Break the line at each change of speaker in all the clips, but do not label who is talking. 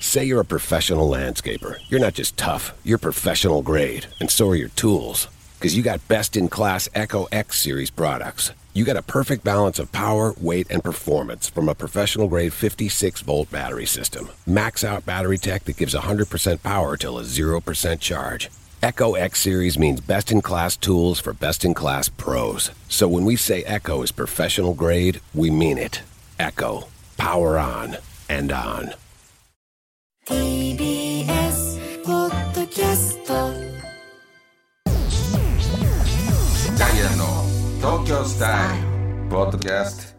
Say you're a professional landscaper. You're not just tough, you're professional grade, and so are your tools. Because you got best in class Echo X series products. You got a perfect balance of power, weight, and performance from a professional grade 56 volt battery system. Max out battery tech that gives 100% power till a 0% charge. Echo X Series means best in class tools for best in class pros. So when we say Echo is professional grade, we mean it. Echo, power on and on.
TBS ポッドキャスト
ダイアンの東京スタイルポッドキャス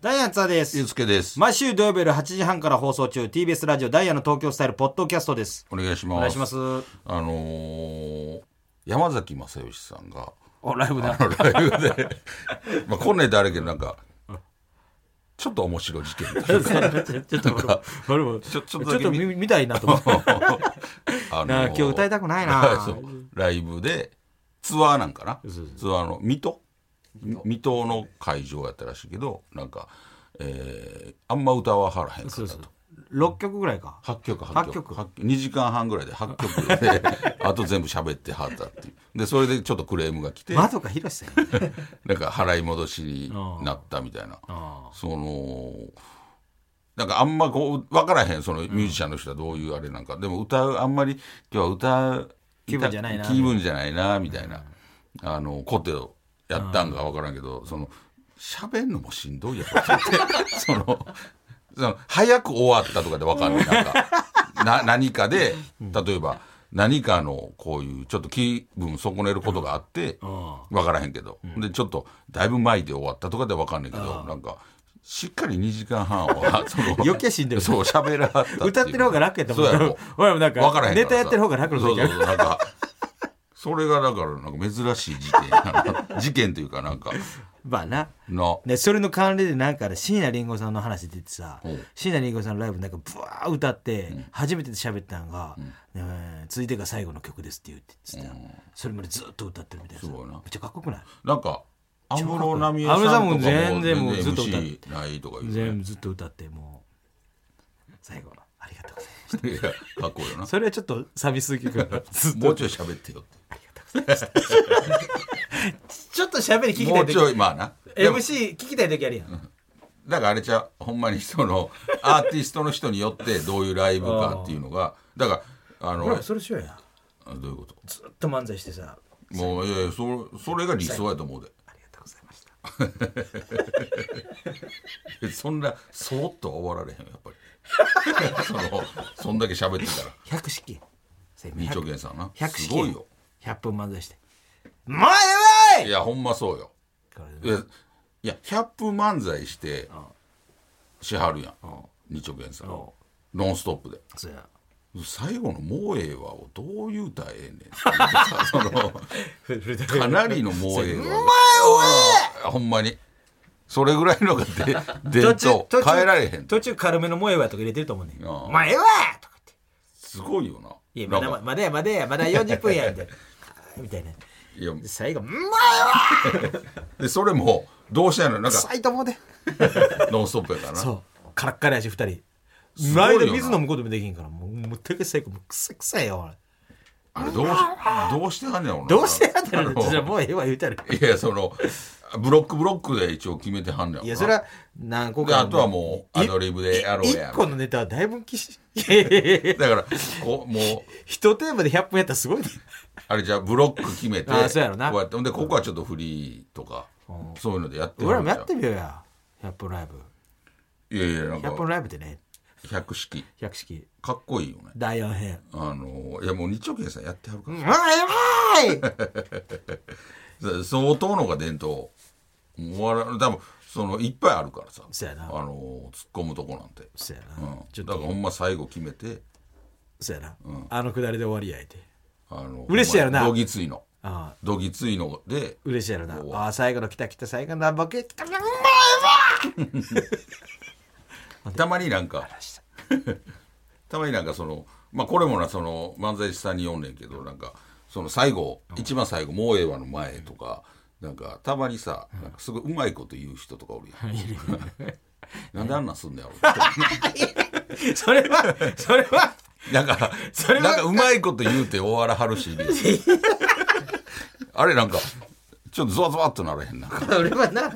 ダイアンツァで
トゆう
す。
すけです、
毎週土曜日夜8時半から放送中、TBS ラジオダイヤの東京スタイルポッドキャストです。
お願いします
お願いします。
あのー山崎正義さんが
お、ライブだ。
ライブでまあこんなんであれやけどなんかちょっと面白い事 件というか
ちょっと俺も、俺もち
ち
ょ
ょ
っ
ち
と
ょっとだけ見
見見たいなと 思って。
あの
なあ今日歌いたくないな
そうライブでツアーなんかな
そう
ツアーの水戸水戸の会場やったらしいけどなんか、えーあんま歌ははらへんか
そう
った
そう
と。
6曲ぐらいか。
8曲
八曲
八2時間半ぐらいで8曲 であと全部喋ってはったっていうでそれでちょっとクレームが来て
窓かひろしさん。
なんか払い戻しになったみたいな
あ
そのなんかあんまこう分からへんそのミュージシャンの人はどういうあれなんか、でも歌うあんまり今日は歌う
気分じゃないな
気分じゃないなみたいな、あのコテをやったんか分からんけど、その喋んのもしんどいやろって言って そのその早く終わったとかで分かんないなんかな何かで例えば何かのこういうちょっと気分損ねることがあって、分からへんけど、でちょっとだいぶ前で終わったとかで分かんないけど、なんかしっかり2時間半は その
余計しんどい
そう喋らはった
歌ってる方が楽やったもん
そうや ろ
俺もなんか
分からへん
ネタやってる方が楽な
そ
時
う
あ
そう
る
そうなんかそれがだからなんか珍しい事件なんか事件というかなんか
まあな。
の
でそれの関連でなんかで椎名林檎さんの話出てさ
うん
椎名林檎さんのライブなんかブワー歌って初めて喋ったのが「えー続いてが最後の曲です」って言ってつってたそれまでずっと歌ってるみたいなさ
すごいな
めっちゃかっこよくない
なんか安室奈美恵
安室
さ
さ
ん
ん
とか
も
も
全然もうずっと歌って
MC ないとか言う
全
ね
部ずっと歌ってもう最後ありがとうございま
いやかっこいいよな
すそれはちょっと寂しすぎるからずっ
もう
と
ちょい喋ってよって
ちょっと喋り聞きた
も
いう
ちょ
時
いまあなでも
MC 聞きたい時あるやん
だからあれちゃうほんまにそ のアーティストの人によってどういうライブかっていうのがだからあの
俺もそれしようや
あどういうこと
ずっと漫才してさ
もういやいやそそれが理想やと思うで
ありがとうございました
えそんなそーっとは終わられへんよやっぱ りそのそんだけ喋ってたら
百式せ
二丁拳さんな
百
す
式
ごいよ
100分漫才してもうやばい
いやほんまそうよいやいや100分漫才してしはるやん二丁拳さんノンストップで
そうや
最後の「もうええわ」をどう言うたらええねんっていう さそのかなりの「もうええわ」がほんまにそれぐらいのが で伝統変えられへん
途中軽めの萌えわとか入れてると思うねん
ああ
お前ええわとか言って
すごいよない
やま
なん
だ
か
まだやまだやまだ40分やみたいなみたいない
や
で最後うん
でそれもどうしたのなんか
いと思うで
「ノンストップ」やからな
そうカラッカラやし2人
すごい
前
よな
で水飲むこともできんからもうもう手が最後もうくせくさいよおい
あれどうしどうしてはんねやろな
どうしてやった
あ
ら
の
じゃあもうええわ言うたら
いやそのブロックブロックで一応決めてはんねやろない
やそれは何個
で
か
あとはもうアドリブでやろうや
1個のネタはだいぶきしいやいやいやいや
だからこうもう
一テーマで100分やったらすごいね。
あれじゃあブロック決めて
あーそうやろな
こうやってほんでここはちょっとフリーとか、そういうのでやって
俺ら
ん
も
じゃ
や
ん
ってみようや。100分ライブ。
いやいやなん
100分
か
ライブってね、
百式
百式、
かっこいいよね
第4編。
あのいやもう日直軒さんやってはるか
う
ら
ん、あやばい
さ相当のが伝統もうあれ多分そのいっぱいあるからさ
そうやな
あの突っ込むとこなんて
そうや
う
な。ちょ
ん、
っ
だからほ
と、
んま最後決めて
そうやな。あのくだりで終わりやいて。
あの
嬉しいやろな
ほんまどぎついの
ああ、
どぎついので
嬉しいやろな
う。わ
ああ、最後の来た来た、最後の ボケ来た。うまいわ
たまになんか たまになんかそのまあこれもなその漫才師さんに読んねんけどなんかその最後、一番最後「もうええわ」の前とか、なんかたまにさ、なんかす ごいうまいこと言う人とかおるやんなんであんなんすんねやろ
それはそれは
なんか、
それは
なんかうまいこと言うて終わらはるし。 あれなんか、ちょっとゾワゾワっとならへんなんか。
俺はな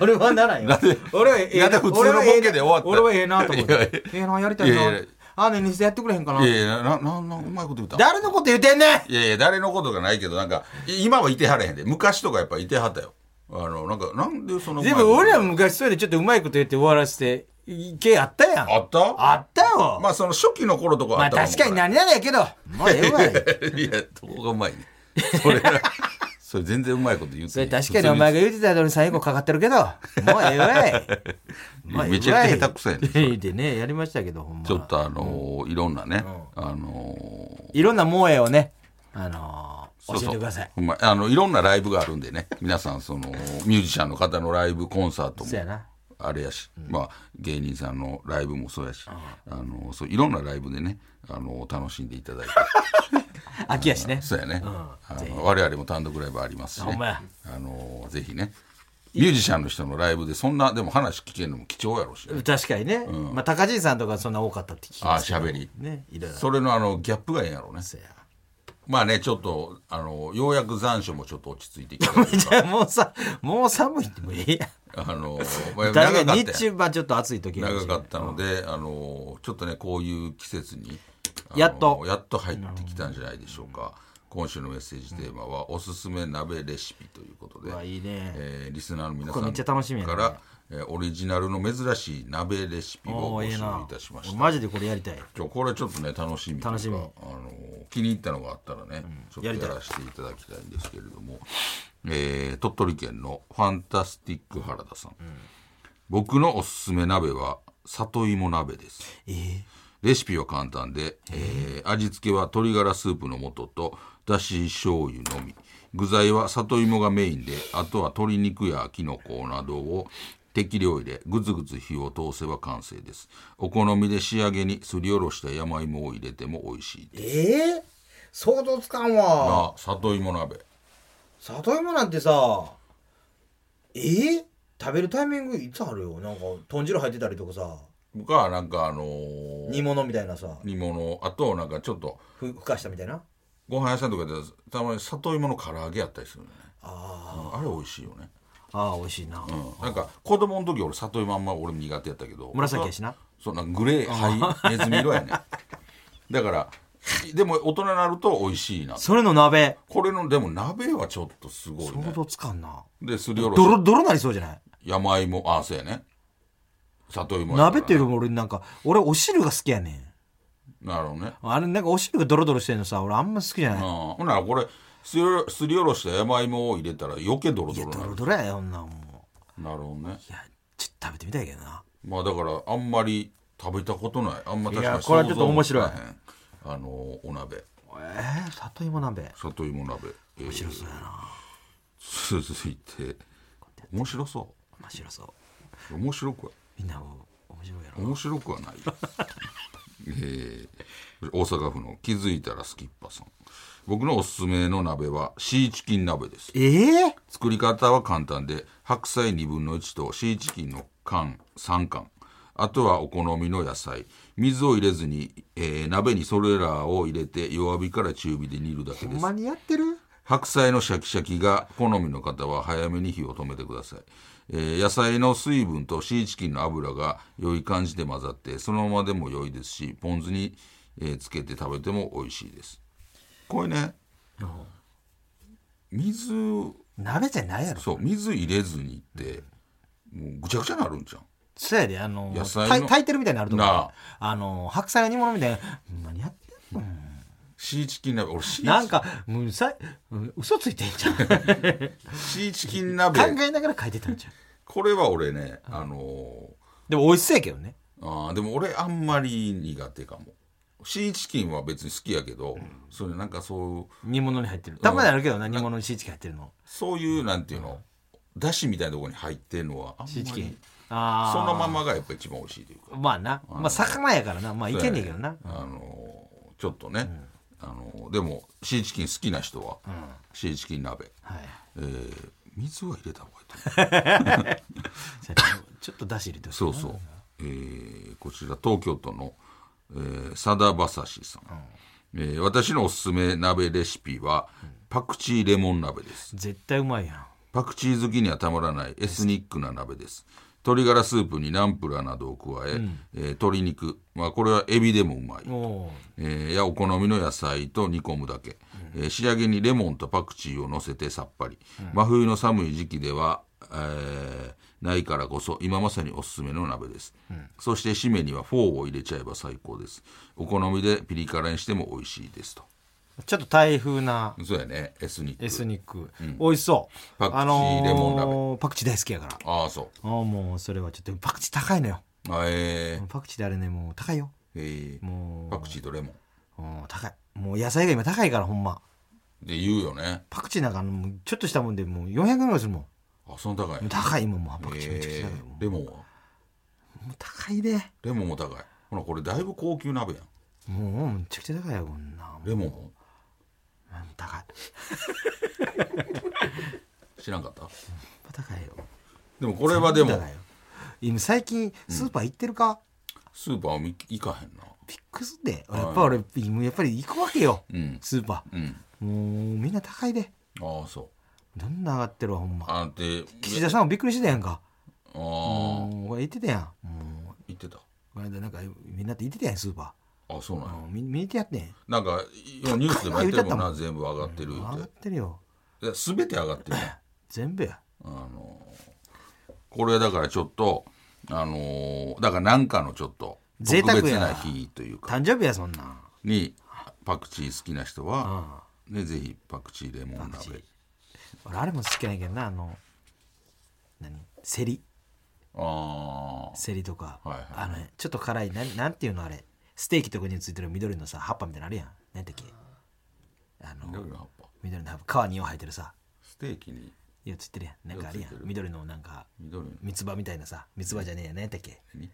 俺はならんよ
んで
俺はええな
なんで普通のボケで終わった
俺はええな俺はええなと思って
いやいや
ええなやりたいない
やいや
あねにしてやってくれへんかない
やいや、な、な、な、うまいこと言うた。
誰のこと言うてんねん
いやいや、誰のことがないけど、なんか、い今はいてはれへんで。昔とかやっぱいてはったよ。あの、なんか、なんでそのうまい
で
こと。
も俺らも昔それでちょっとうまいこと言って終わらせていけあったやん
あった
あったよ
まあ、その初期の頃とかは
ま
あ
あ
ったもん
確かに何々やけどもうええわ
いや、どこがうまいねんそれ、それ全然うまいこと言うて
そ
な
れ
い
確かにお前が言うてた通り最後かかって るけどもうええわいもうええわい
めちゃくちゃ下手くそやねんそれ
でねやりましたけどほんま
ちょっとあのーいろんなね、あのー
いろんな萌えをねあのー
そう
教
そう
えてください
ほんまあのいろんなライブがあるんでね皆さんそのミュージシャンの方のライブコンサート
そうやな
もあれやし、まあ、芸人さんのライブもそうやし、あのそういろんなライブでねあの楽しんでいただい て
秋やしね
そうやね、あの我々も単独ライブありますし、
ほ
ね
んまや、
あのぜひねミュージシャンの人のライブでそんなでも話聞けるのも貴重やろうしね、
確かにね、まあ高爺さんとかそんな多かったって聞き
ああ
ます
しゃべり
ねいろいろ
それのあのギャップがええんやろうね
そうや
まあねちょっとあのようやく残暑もちょっと落ち着いてきた
じゃあもうさもう寒いってもうええやん
あの、まあ
確かに
や
日中はちょっと暑い時
長か
や
ったので、あのちょっとねこういう季節にあの
やっと
やっと入ってきたんじゃないでしょうか今週のメッセージテーマは、おすすめ鍋レシピということで
うわいいね
えーリスナーの皆
こ
さ
れめっちゃ楽しみ
ん
やね
から、えーオリジナルの珍しい鍋レシピを
お
ご
おええ
紹
な
介いたしました
マジでこれやりたい
今日これちょっとね楽しみというか
楽しみ
あの気に入ったのがあったらね、ちょっとや
やりたい
らせていただきたいんですけれども、えー鳥取県のファンタスティック原田さん、僕のおすすめ鍋は里芋鍋です
ええ
レシピは簡単で、えー味付けは鶏ガラスープの素とだし醤油のみ具材は里芋がメインであとは鶏肉やきのこなどを適量入れぐつぐつ火を通せば完成ですお好みで仕上げにすりおろした山芋を入れても美味しいです
ええ想像つかん
あ
わ
里芋鍋
里芋なんてさええ食べるタイミングいつあるよなんか豚汁入ってたりとかさ
僕はなんかあのー
煮物みたいなさ
煮物あとなんかちょっと
ふふかしたみたいな
ご飯屋さんとかでたまに里芋の唐揚げあったりするよねああれ美味しいよね
ああ美味しいな、
なんか子供の時俺里芋あんま俺苦手やったけど
紫やしな
そうなんかグレー灰ネズミ色やねだからでも大人になると美味しいな
それの鍋
これのでも鍋はちょっとすごい
想
ね
像つかんな
ですりおろ
ドロ
し
ドロなりそうじゃない
山芋あそうやね里芋やからね
鍋っていうよりも俺なんか俺お汁が好きやねん
なるほどね
あれなんかお汁がドロドロしてんのさ俺あんま好きじゃない、
うんほんならこれすりおろすりおろした山芋を入れたら余計ドロドロ
ド
な
ロ
る
ドロやよそんなんも
なるほどね
ういやちょっと食べてみたいけどな
まあだからあんまり食べたことないあんま確か
い
に
やこれはちょっと面白い
想像もつかへんあのお鍋
えー、里芋鍋
里芋鍋面白そうやな続いて面白そ
面白そう
う面白くは
みんなも面白いやろ
面白くは ないよえー大阪府の気づいたらスキッパさん僕のおすすめの鍋はシーチキン鍋です
ええ
作り方は簡単で白菜2分の1とシーチキンの缶3缶あとはお好みの野菜水を入れずに、えー鍋にそれらを入れて弱火から中火で煮るだけ
ほ
で
ん
す
まにやってる
白菜のシャキシャキが好みの方は早めに火を止めてください、えー野菜の水分とシーチキンの油が良い感じで混ざってそのままでも良いですしポン酢に、えーつけて食べても美味しいですこれね水
鍋じゃないやろ
そう水入れずにってもうぐちゃぐちゃになるんじゃん
そうやであの
野菜の
炊い炊いてるみたいになると思う
なあ
あの白菜の煮物みたいなほんまにやってんの
シーチキン鍋俺シー
なんかもうさうん嘘ついてんじゃん考
シーチキン鍋
えながら書いてたんじゃん
これは俺ねあのー
でも美味しそうやけどね
あーでも俺あんまり苦手かもシーチキンは別に好きやけど、それなんかそう
煮物に入ってるたまにあるけどな煮物にシーチキン入ってるの
そういうなんていうの、だしみたいなところに入ってんのはあんま
シー
り
チキン
そ
ああ
のままがやっぱ一番美味しいというか
まあなまあ魚やからなまあいけんねえけどな
あのーちょっとね、あのーでもシーチキン好きな人は、シーチキン鍋、
はい
えー水は入れた方がいいと思う
ちょっと出汁入れてほしい
そうそうえーこちら東京都の、えー、さだばさしさん、えー私のおすすめ鍋レシピはパクチーレモン鍋です
絶対うまいやん
パクチー好きにはたまらないエスニックな鍋です鶏ガラスープにナンプラーなどを加え、えー鶏肉、まあ、これはエビでもうまい、
おう
えーやお好みの野菜と煮込むだけ、えー仕上げにレモンとパクチーをのせてさっぱり、真冬の寒い時期では、えーないからこそ今まさにおすすめの鍋です、そして締めにはフォーを入れちゃえば最高ですお好みでピリ辛にしても美味しいですと
ちょっと台風な
そうやねエスニック
エスニック、美味しそう
パクチー
あのー
レモンラ
パクチー大好きやから
ああそ
あーもうそれはちょっとパクチー高いのよ
うあえー
パクチーであれねもう高いよ
えー
もう
パクチーとレモン
うん高いもう野菜が今高いからほんま
で言うよね
パクチーなんかあのもうちょっとしたもんでもう400円ぐらいするもん
あその高い
高いもんもうパクチーめちゃくちゃ
え
高いもん、
ーレモンは
もう高いで
レモンも高いほらこれだいぶ高級鍋やん
もうめちゃくちゃ高いよこんなん
レモンも
うん高い
知らんかった
高いよ
でもこれはでも
高いよ今最近スーパー行ってるか、
スーパーも行かへんな
びっくりすんで俺やっぱ俺もうやっぱり行くわけよ、
ん
スーパー、
うん
もうみんな高いで
ああそう
どんな上がってるわほんま
あんて
岸田さんもびっくりしてたやんか
ああ
もうこれ言ってたやんもう
行ってた
この間なんかみんなって言ってたやんスーパ
あそうなん
ー
や、
うんみ見に行ってやってん
なんかいニュースでもやってるもんな全部上がってる
上が
っ
ってるよ
ていや全て上がってるね
全部や
あのこれだからちょっとあのーだからなんかのちょっと
贅
特
沢や
別な日というか
誕生日やそんなん
にパクチー好きな人は、
あ
ね、ぜひパクチーレモン
パクチ
鍋
ー俺あれも好きやねんけどなあの何セリ
あ
セリとか、
はいはい
あのねちょっと辛いなんなんていうのあれステーキとかについてる緑のさ葉っぱみたいなのあるやん何だっけあ
あ
の
緑の葉っぱ
緑の葉っぱ皮によう生えてるさ
ステーキに
ようついてるやんなんかあるや
ようつい
ん
てる
緑のなんか
緑の
三つ葉みたいなさ三つ葉じゃねえや何だっけ
に、うん、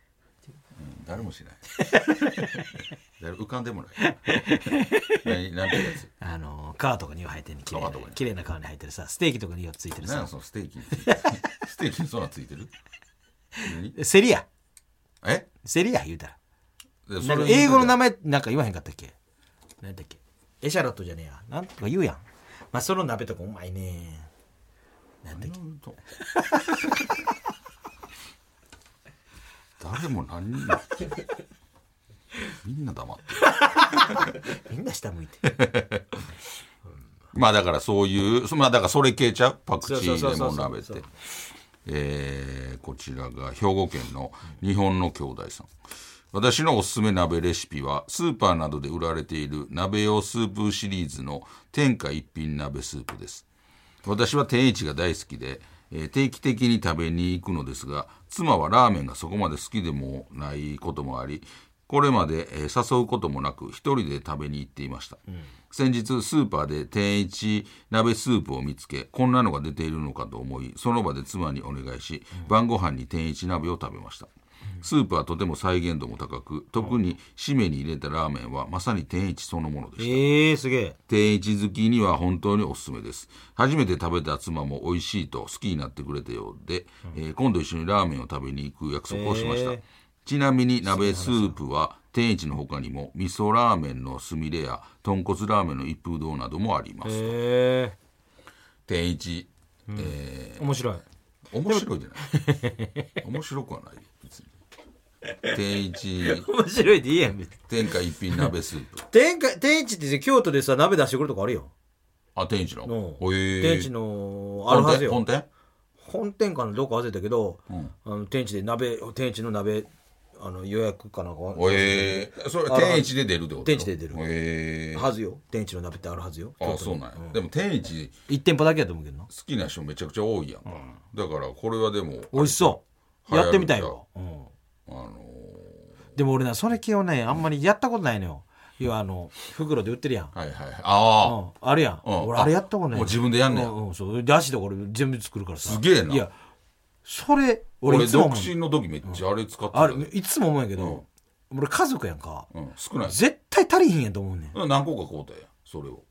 誰もし ない誰浮かんでもない何何ていうやつ
あの皮とかによう生えてるね綺麗な
皮とかに
綺麗な皮に生えてるさステーキとかにようついてる
何
さ
やそのステーキについ てるステーキにそんなんついてる何
セリや
え
セリや言うたら
で
なんか
それ
英語の名前なんか言わへんかったっけ何だっけエシャロットじゃねえやなんとか言うやんまあその鍋とかうまいねなんだっけ
何と誰も何 人もみんな黙ってる
みんな下向いて
まあだからそういうそまあだからそれ系ちゃうパクチ
そうそ
ー
うそう
レ
そう
モン鍋ってえーこちらが兵庫県の日本の兄弟さん私のおすすめ鍋レシピはスーパーなどで売られている鍋用スープシリーズの天下一品鍋スープです私は天一が大好きで、えー定期的に食べに行くのですが妻はラーメンがそこまで好きでもないこともありこれまで、えー誘うこともなく一人で食べに行っていました、先日スーパーで天一鍋スープを見つけこんなのが出ているのかと思いその場で妻にお願いし、晩ご飯に天一鍋を食べましたスープはとても再現度も高く特に締めに入れたラーメンはまさに天一そのものでした
えー、すげえ
定位置好きには本当におすすめです初めて食べた妻も美味しいと好きになってくれたようで、えー今度一緒にラーメンを食べに行く約束をしました、
へー
ちなみに鍋スープは定位置の他にも味噌ラーメンのすみれや豚骨ラーメンの一風堂などもあります
え
定位置、え
ー、面白い
ー面白いじゃ ない面白くはないよ別に定位置
面白いでいいやん別に
天下一品鍋スープ
天下天一って京都でさ鍋出してくるとこあるよ
あ天一の
の
おえー
天一のあるはずよ
本店
本店かなどうか忘れたけど、
ん
あの天一で鍋天一の鍋あの予約かなんか
本店えー、それは天一で出るってこと
天一で出る
えー
はずよ天一の鍋ってあるはずよ
ああそうなんや、でも天一
1店舗だけやと思うけどな
好きな人めちゃくちゃ多いやんか、だからこれはでも
美味しそう
流行る
やってみたいよ、うん
あの
でも俺なそれ系をねあんまりやったことないのよ要はあの袋で売ってるやん、
ーはいはいああ、
うん、あるやん、
うん
俺あれやったことない
もう自分でやんねや
うんうん、そうで足でこれ全部作るからさ
すげえない
やそれ俺
俺
いつも
独
思う
身の時めっちゃあれ使ってた、
あれいつも思うんやけど、俺家族やんか、
うん、少ない
絶対足りひんやと思うねん
何個か買うたやんそれを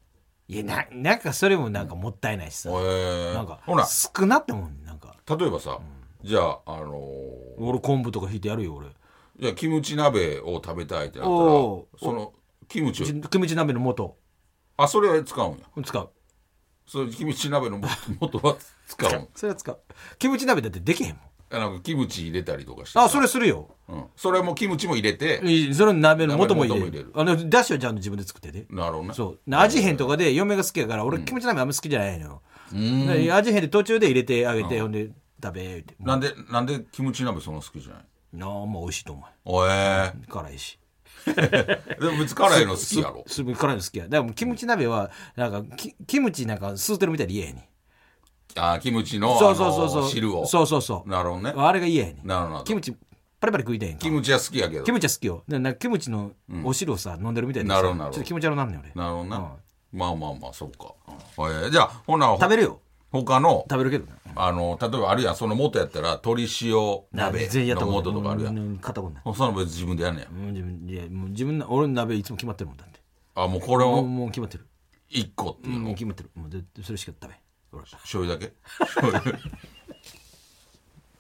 いやななんかそれもなんかもったいないしさ、
えー、
なんか
ほら
少なってもんねんなんか
例えばさ、じゃああのー
俺昆布とか引いてやるよ俺
いやキムチ鍋を食べたいってなったら
お
そうのキムチを
じキムチ鍋の素
あそれは使うんや
使う
それキムチ鍋のも 元は使うん
それは使うキムチ鍋だってできへんもん
あなんかキムチ入れたりとかして
あそ
れ,、
れするよ
うん、それもキムチも入れて
いいその鍋の素も入れる
鍋の素
あのだしはちゃんと自分で作ってで
なるほどね
そう味変とかで嫁が好きやから俺キムチ鍋あんま好きじゃないのよ、
うん
で味変で途中で入れてあげて、ほんで食べーってな
なんでなんでキムチ鍋そんな好きじゃない
あもう美味しいと思う
おえ
辛いし
ー、でも別に辛いの好きやろ
すごい辛いの好きやだからもうキムチ鍋はなんかキキムチなんか吸うてるみたいで嫌やねん
あーキムチの
そうそうそう
あ
そ
の
う
汁を
そうそうそう
なるほどね
あれが嫌やねん
なるほど
キムチパリパリ食いたいやんか
キムチは好きやけど
キムチは好きよでなんかキムチのお汁をさ、飲んでるみたいで
なるほどなるほど
ちょっと気持ち悪なんねん俺
なるほどな、まあまあまあそうか、えーじゃあほな
食べるよ
他の
食べるけどな
あの例えばあるやんその元やったら鶏塩鍋
全員やった
の
こ
元
と
とかあるやん
ん買ったことない
その別に自分でやんねや
うん自分いやもう自分の俺の鍋いつも決まってるもんだって
あもうこれ
もう
を
もう決まってる
一個っていう
も
の
う決まってるもうでそれしか食べん俺
醤油だけ醤油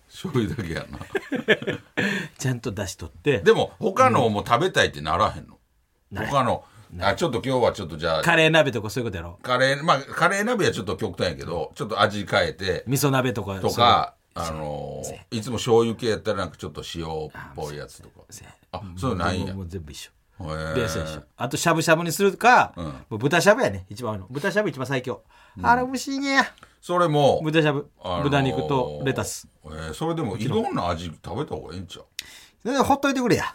醤油だけやな
ちゃんと出しとって
でも他のも食べたいってならへんの、
ない
他のあちょっと今日はちょっとじゃあ
カレー鍋とかそういうことやろ
カレーまあカレー鍋はちょっと極端やけどちょっと味変えて
味噌鍋とか
と
そういう
か、あのーいつも醤油系やったらなんかちょっと塩っぽいやつとか。
せや
あ、そういうのないん
も
や
う。もう全部一緒
へー
ベースは一緒あとしゃぶしゃぶにするか、もう豚しゃぶやね一番合うの豚しゃぶ一番最強、あれ美味しいね
それも、
豚しゃぶ、
あのー
豚肉とレタス。
えーそれでもいろんな味食べた方がいいんちゃう
それほっといて くれや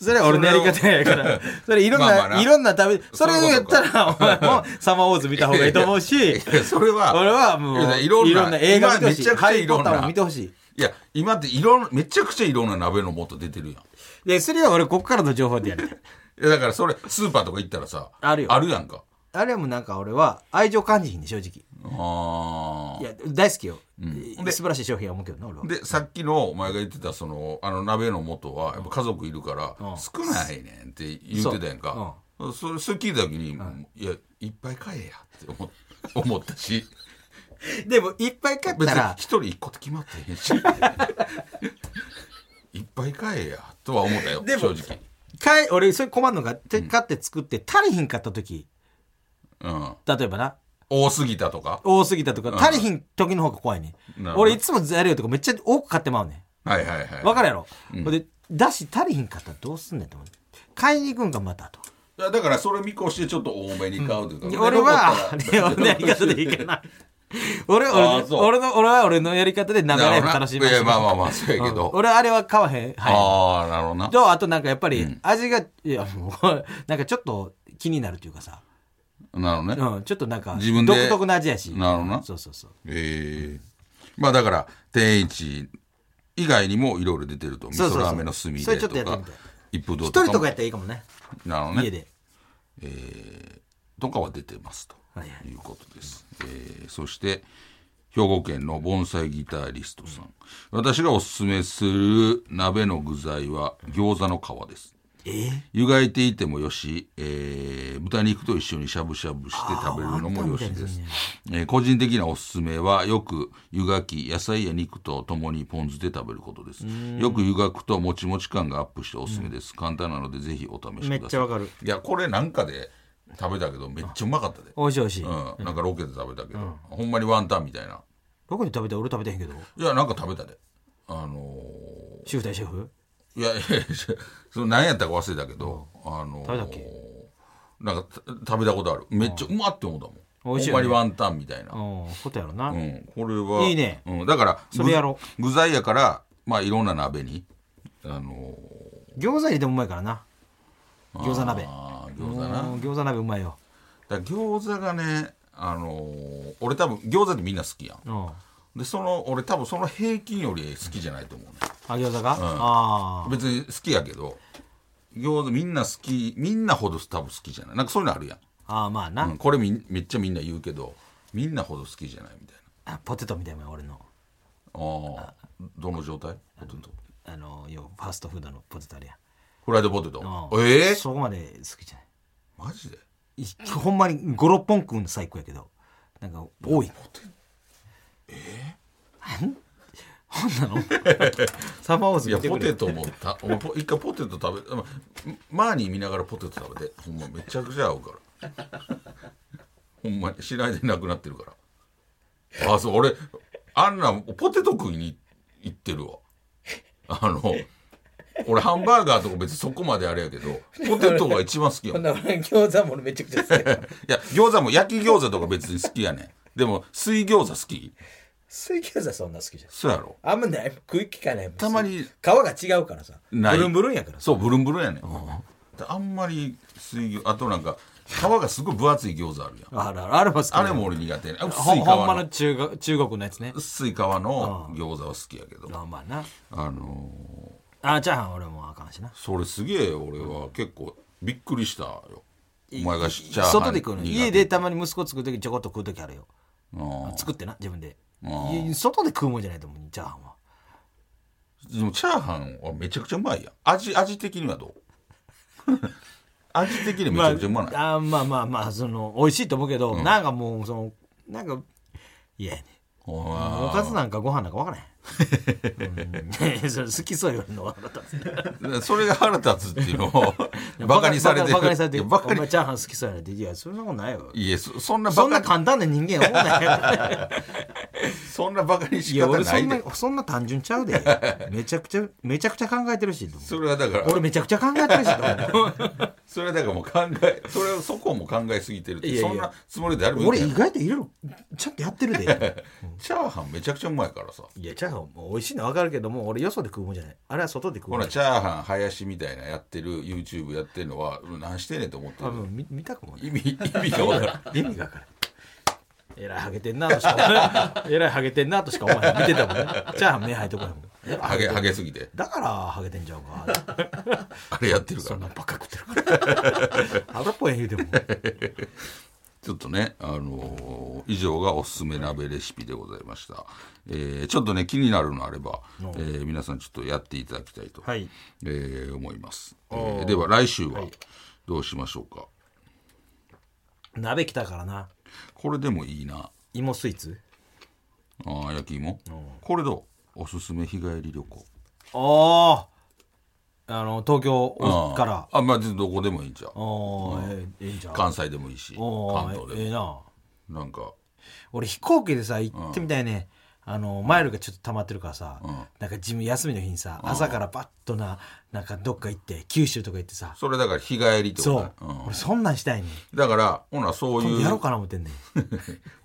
それは俺のやり方やからそれいろんな、
まあまあない
ろんな食べそれを言ったらお前もサマーウォーズ見た方がいいと思うし
いやそれは、
俺はも
いや
う
いろんな
映画見てほ
今め
しい
ちゃくちゃいろんな
ハリーポッターも見てほしい
いや、今っていろん、めちゃくちゃいろんな鍋の素出てるやん。
でそれは俺ここからの情報でやる
いやだからそれ、スーパーとか行ったらさ、
あるよ
やんか。
あれはもうなんか俺は愛情感じひんね正直
あ
い
ー
や大好きよ、
で
素晴らしい商品や思うけどな俺は
で、さっきのお前が言ってた、その、あの鍋の素は、やっぱ家族いるから、少ないねんって言ってたやんか。それ、それ聞いた時に、いや、いっぱい買えやって思っ 思った し、
でもいっぱい買っ
別
た
に
ら
一人一個って決まってへんし、いっぱい買えやとは思ったよ、
でも
正直。
かい俺それ困るのがて買って作って足りひんかった時
うん。
例えばな
多すぎたとか。
多すぎたとか足りひん時の方が怖いね
なるほど
俺いつもやるよとかめっちゃ多く買ってまうね
はいはいはい。
わかるやろ、ほん、でだし足りひんかったらどうすんねんって思う買いに行くんかまたと
いやだからそれ見越してちょっと多めに買うというか。
で俺は
残っ
ね
たら
俺のやり方 でい いかな俺俺
あそう
俺の俺は俺のやり方で
な
鍋
る
ライ
ほど
フ
な
楽しみま
い
し
や
ょう
まあまあまあ、そうやけど。
俺あれは買わへんはい
ああ、なるほどな。
とあとなんかやっぱり味が、いや もうなんかちょっと気になるというかさ、
なるほどね。
うん、ちょっとなんか
自分で
独特な味やし
なるほどな
そうそうそう
ええまあだから天一以外にもいろいろ出てると味
そうそうそう
噌ラーメンの炭で
それちょっとや
と
って
か
みたい
一風堂
一
とかも
人とかやったらいいかもね
なの
家
ね
で
とかは出てますと
はいはい
いうことです、えーそして兵庫県の盆栽ギタリストさん、私がおすすめする鍋の具材は餃子の皮です
ええ
湯がいていてもよし、えー豚肉と一緒にしゃぶしゃぶして食べるのもよしです、えー個人的なおすすめはよく湯がき野菜や肉とともにポン酢で食べることですよく湯がくともちもち感がアップしておすすめです、簡単なのでぜひお試しください
めっちゃわかる
いやこれなんかで食べたけどめっちゃうまかったで
美味しい美味しい、
うん、なんかロケで食べたけど、ほんまにワンタンみたいな
僕に食べたら俺食べてへんけど
いやなんか食べたであの
シェフ対シェフ
ーいやいやいやその何やったか忘れたけど、あのー
食べたっけ
なんかた食べたことあるめっちゃうまって思ったもん、
美味しいよ
ほ
ね
んまにワンタンみたいな、
うんことやろな、
うん、これはい
いね
うん、だから
それやろ
具具材やからまあいろんな鍋にあの
餃子入れてもうまいからな
ー
餃子鍋
あー餃子な
うん餃子鍋うまいよ、
だから餃子がねあのー俺多分餃子ってみんな好きやん
うん、あ
でその俺多分その平均より好きじゃないと思うね
餃子が、ああ
別に好きやけど餃子みんな好きみんなほど多分好きじゃないなんかそういうのあるやん、
ああまあな、
うん、これみんめっちゃみんな言うけどみんなほど好きじゃないみたいな
あポテトみたいなの俺の
ああどの状態ポテト
あの要はファストフードのポテトあれや
フライドポテト
うん
ええ
そこまで好きじゃない
マジで
いほんまに56本食うの最高やけどなんか多いえなんなのサマーウォー
い
ズ
や
見て
ポ
くれ
テトもた お前ポ一回ポテト食べあまマーニー見ながらポテト食べてほんまめちゃくちゃ合うからほんまに白井でなくなってるからあそう俺あんなポテト食いに行ってるわあの俺ハンバーガーとか別にそこまであれやけどポテトが一番好きやもん
ほんなら俺餃子もめちゃくちゃ好き。
いや餃子も焼き餃子とか別に好きやねん でも水餃子好き
水餃子そんな好きじゃん。
そうやろ
あんまない。食い気かないもん。
たまに
皮が違うからさ。
ない
ブルンブルンやからさ。
そうブルンブルンやねん、あんまり水餃あとなんか皮がすごい分厚い餃子あるやん
あらあらあれも好き
あれも俺苦手ね薄
ほ
い皮
んほんまの
の
中国中国のやつね
薄い皮の餃子は好きやけど
まあまあな
あの
あチャーハン俺もあかんしな
ーそれすげえ俺は結構びっくりしたよお前がしちゃ
外で食うの家でたまに息子作る時ちょこっと食う時あるよ作ってな自分でいや外で食うもんじゃないと思うチャーハンは
でもチャーハンはめちゃくちゃうまいやん味味的にはどう 味的にめちゃくちゃうまない、
あーまあまあまあその美味しいと思うけど、なんかもうそのなんかいやね
お
おかずなんかご飯なんか分からへん うんそれ好きそう言われるのは腹立つね
前それが腹立つっていうの を バカにされて
バカにされて
い
る
や
お
バカに
前チャーハン好きそうやなっていやそんなことないよ
いやそそんなバ
そん
カ
な
に
簡単な人間思うなよ
そんなバカに
い
仕
や
方
俺
な
そ
い
んな
で
そんな単純ちゃうで めちゃくちゃめちゃくちゃ考えてるしと思う
それはだから
俺めちゃくちゃ考えてるしと思う
それはだからもう考えそれをそこも考えすぎてるって
いやいや
そんなつもりで誰も言
俺
って
意
ない
外といろいろちゃんとやってるで
チャーハンめちゃくちゃうまいからさ
いやチャーハンも美味しいのは分かるけども俺よそで食うもんじゃないあれは外で食う
ほ
もん
らチャーハン林みたいなやってる YouTube やってるのはうん何してんねんと思って
多
る
分見見たくもない
意味意味が分からん
意味が分からんえらいハゲてんなとしか えらいハゲてんなとしか思わへん見てたもんねチャーハン目入ってこないもん
ハゲハゲすぎて
だからハゲてんじゃんか
あれやってるか
そん
ら
なんばっか食って るから油っぽい言うても
ちょっとね、あのー以上がおすすめ鍋レシピでございました。えーちょっとね、気になるのあれば、えー皆さんちょっとやっていただきたいと、
はい
えー思います、えーでは来週はどうしましょうか。
鍋来たからな
これでもいいな。
芋スイーツ
あー焼き芋。これどうおすすめ日帰り旅行。
あああの東京
あー
から
あ、まあ、どこでもいいんちゃう。
おーええええんじゃん
関西でもいいし、
おー
関東
ええ
でも。
な
なんか、
俺飛行機でさ行ってみたいね、あのマイルがちょっと溜まってるからさ、なんか自分休みの日にさ、朝からパッとななんかどっか行って九州とか行ってさ
それだから日帰りってこと
そ
ね
う、
うん
俺そんなんしたいねん
だから、ほな、そう
今
い
度
う。
やろうかな思ってんねん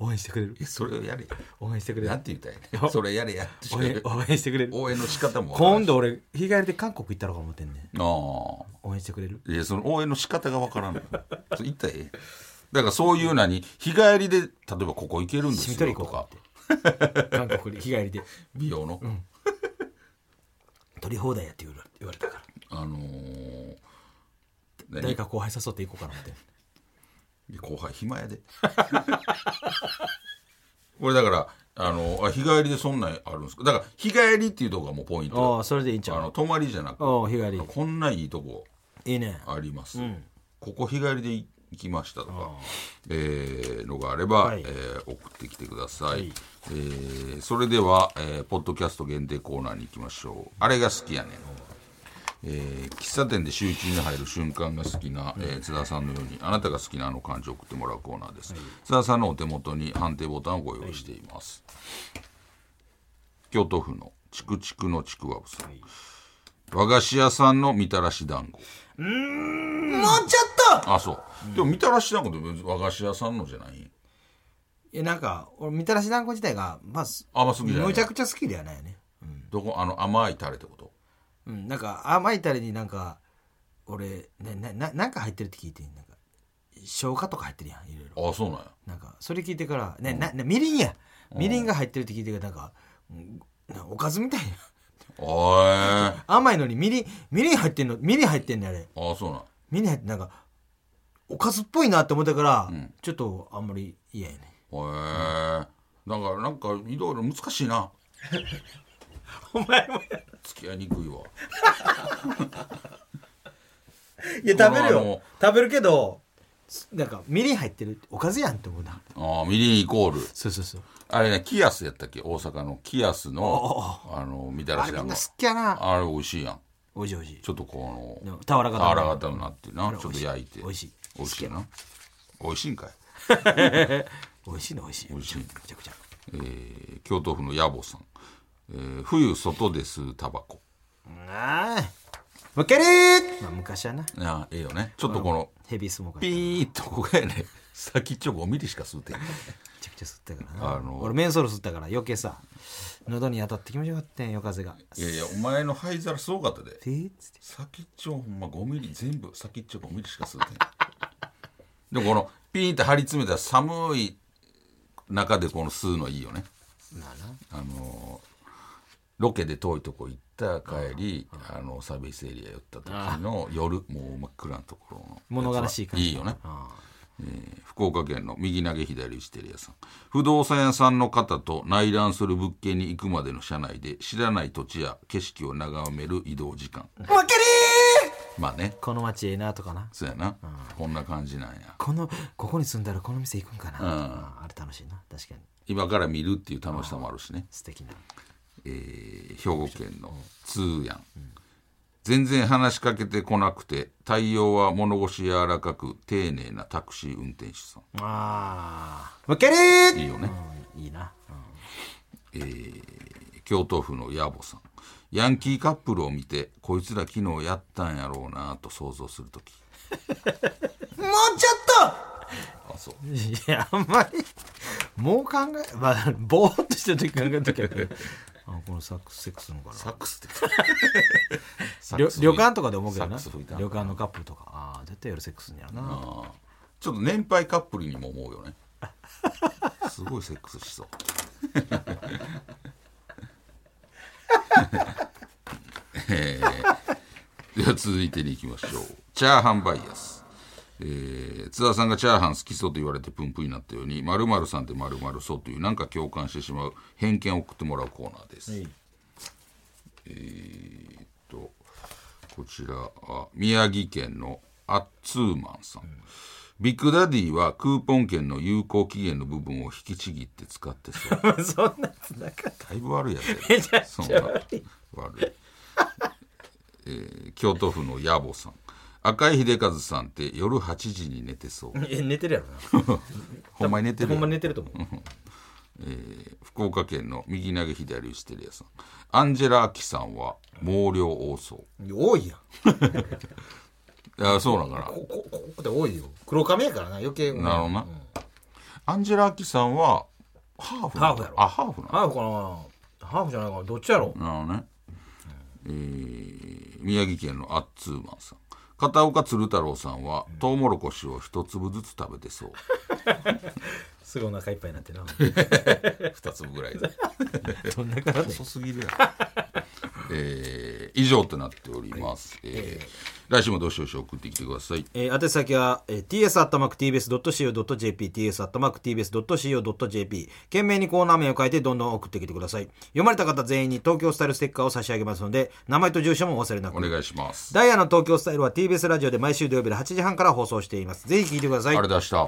応援してくれる
えそれをやれ。
応援してくれ
な
る
んて言ったらいいねそれやれやってし
応
か言
援
え
応援してくれる
応援の仕方もわからん
今度俺日帰りで韓国行ったろうか思ってんねん
あ
応援してくれる
あいやその応援の仕方がわからんの そう言ったらええだからそういうなに日帰りで例えばここ行けるんで
しみ
す
とり
よ
行
と
こうか
か
って韓国に日帰りで
美容の、
取り放題やって言われ言われたから
あのー何
誰か後輩誘って行こうかな思ってんねん
後輩暇やで 俺だからあのあ日帰りでそんなんあるんですかだから日帰りっていうとこがもうポイン
あ
ト
あそれでいいんち
あ
ゃ
の
う
泊まりじゃなく
おう日帰り
こんないいとこ
いいね
あります、ここ日帰りで行きましたとか、えーのがあれば、
はい
えー送ってきてください、えーそれでは、えーポッドキャスト限定コーナーに行きましょうあれが好きやねん、えー喫茶店で集中に入る瞬間が好きな、えー津田さんのようにあなたが好きなあの感じを送ってもらうコーナーです、津田さんのお手元に判定ボタンをご用意しています、京都府のチクチクのちくわぶさん、和菓子屋さんのみたらし団子
もうちょっと
あそう、でもみたらし団子って別に和菓子屋さんのじゃない
いやなんか俺みたらし団子自体がまあす
甘すぎじゃない
むちゃくちゃ好きではないよね
どこあの甘いタレってこと
うんなんか甘いタレになんか俺ななななんか入ってるって聞いてんなんか生姜とか入ってるやんいろいろ
あそうなんや
なんかそれ聞いてから、ねななみりんやみりんが入ってるって聞いてからなんか、うんなおかずみたいな
おーい
甘いのにみりんみりん入ってんのみりん入ってんねんあれ
あそうなん
みりん入ってなんかおかずっぽいなって思ったから、ちょっとあんまり嫌やね
へえ、なんかなんかいろいろ難しいな
お前も
付き合いにくいわ
いや、食べるよ。食べるけど、
なんかみりん入ってるおかずやんって思うな
あーみりんイコール
そうそうそう
あれねキアスやったっけ大阪のキアスのあのみたら
あ
し
れみ
団
ん
子
な好きやな
あれ美味しいやん
おいしいおいしい
ちょっとこうあの
俵型
俵型になってるな
れ
ちょっと焼いて
美味しい
美味しいな美味しいんかい
おいしいのおいしい
美味しい
めちゃくちゃ
えー京都府の野暮さん、えー冬外で吸うタバコ
ああむけるーまあ昔はな
あーええよねちょっとこの
ヘビースモーカー
ピ
め
ーンとこがやね先っちょ5ミリしか吸うてん
ちゃくちゃ吸ったからな
あの
俺メンソール吸ったから余計さ喉に当たって気持ちよかったんよ風が
いやいやお前の灰皿すごかったで
ピーッつって
先っちょほんま5ミリ全部先っちょ5ミリしか吸うてんでもこのピーンって張り詰めたら寒い中でこの吸うのいいよねあのーロケで遠いとこ行った帰りあのサービスエリア寄った時の夜もう真っ暗なところの
物悲しい感じ
いいよねえー福岡県の右投げ左打ちテリアさん不動産屋さんの方と内覧する物件に行くまでの車内で知らない土地や景色を眺める移動時間
むける
まあね
この街ええなとかな
そうやな、こんな感じなんや
このここに住んだらこの店行くんかな、あーあれ楽しいな確かに
今から見るっていう楽しさもあるしね、
素敵な
えー兵庫県の通やん全然話しかけてこなくて対応は物腰柔らかく丁寧なタクシー運転手さ
あーむけるー
んいいよね、
うんいいな、うん
えー京都府の野暮さんヤンキーカップルを見てこいつら昨日やったんやろうなと想像するとき
もうちょ
あそう
っといやあんまりもう考えまあぼーっとしてる時考えときゃあこのサックスセックスのかな
サックスって
旅旅館とかで思うけど
サッ
な
クス吹い
旅
た
館のカップルとかああ絶対夜セックスにやるな
あーちょっと年配カップルにも思うよねすごいセックスしそうえーでは続いてに行きましょうチャーハンバイアス、えー津田さんがチャーハン好きそうと言われてプンプンになったように〇〇さんって〇〇そうというなんか共感してしまう偏見を送ってもらうコーナーです、えーっとこちらあ宮城県のアッツーマンさん、ビッグダディはクーポン券の有効期限の部分を引きちぎって使ってそうだ
そんなつなかった
いぶ悪いやつ やなそんな悪い、えー京都府の野暮さん赤井秀和さんって夜8時に寝てそう
え寝てるやろな
ほんまに寝てる
ほ
や
ん
ん
ま寝てると思う
福岡県の右投げ左打ちテレアさんアンジェラ・アキさんは毛量多そ
多いやん
うあそうなんかな
ここここで多いよ黒髪やからな余計
なるほどな、アンジェラ・アキさんはハーフなの
ハーフやろ
あハーフなの
ハーフかなハーフじゃないかなどっちやろ
なるほどね、えー宮城県のアッツーマンさん片岡鶴太郎さんは、トウモロコシを一粒ずつ食べてそう
すぐお腹いっぱいになってな
二粒ぐらいで
どんなから
遅すぎるやろえー以上となっております、えー来週もどしどし送ってきてください
えー、宛先は、えー、ts.tbs.co.jp、ts.tbs.co.jp、懸命にコーナー名を書いてどんどん送ってきてください。読まれた方全員に東京スタイルステッカーを差し上げますので、名前と住所もお忘れな
お
く。
願いします
ダイヤの東京スタイルは TBS ラジオで毎週土曜日の8時半から放送しています。ぜひ聞いてください
あ。れ出した